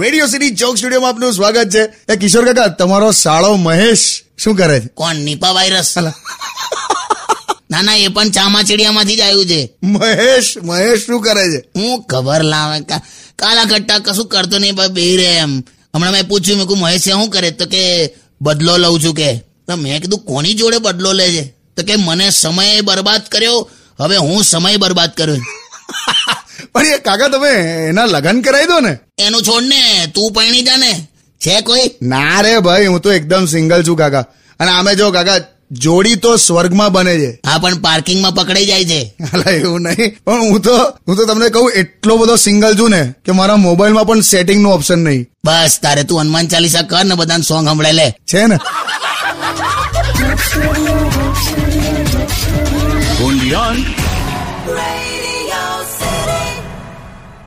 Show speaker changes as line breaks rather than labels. radio City ચોક સ્ટુડિયોમાં આપનું સ્વાગત છે એ કિશોર કાકા તમારો સાળો મહેશ શું કરે છે
કોણ નિપા વાયરસ ના ના એ પણ ચામાચીડિયામાંથી જ આવ્યું છે
મહેશ મહેશ શું કરે છે
હું ખબર લાવે કા- કાલા કટ્ટા કશું કરતો નહીં પણ બેહી રહે એમ હમણાં મેં પૂછ્યું મેં કહું મહેશ શું કરે તો કે બદલો લઉં છું કે તો મેં કીધું કોની જોડે બદલો લે છે તો કે મને સમય બરબાદ કર્યો હવે હું સમય બરબાદ કર્યો
પણ એ કાકા તમે એના લગ્ન કરાવી દો ને
એનું છોડ ને તું પરણી જા ને છે કોઈ
ના રે ભાઈ હું તો એકદમ સિંગલ છું કાકા અને આમે જો કાકા જોડી તો સ્વર્ગમાં બને છે
હા પણ પાર્કિંગમાં પકડાઈ જાય છે
અલા એવું નહીં પણ હું તો હું તો તમને કહું એટલો બધો સિંગલ છું ને કે મારા મોબાઈલમાં પણ સેટિંગનું ઓપ્શન નહીં
બસ તારે તું હનુમાન ચાલીસા કર ને બધાને સોંગ સંભળાય લે
છે ને
only on
Radio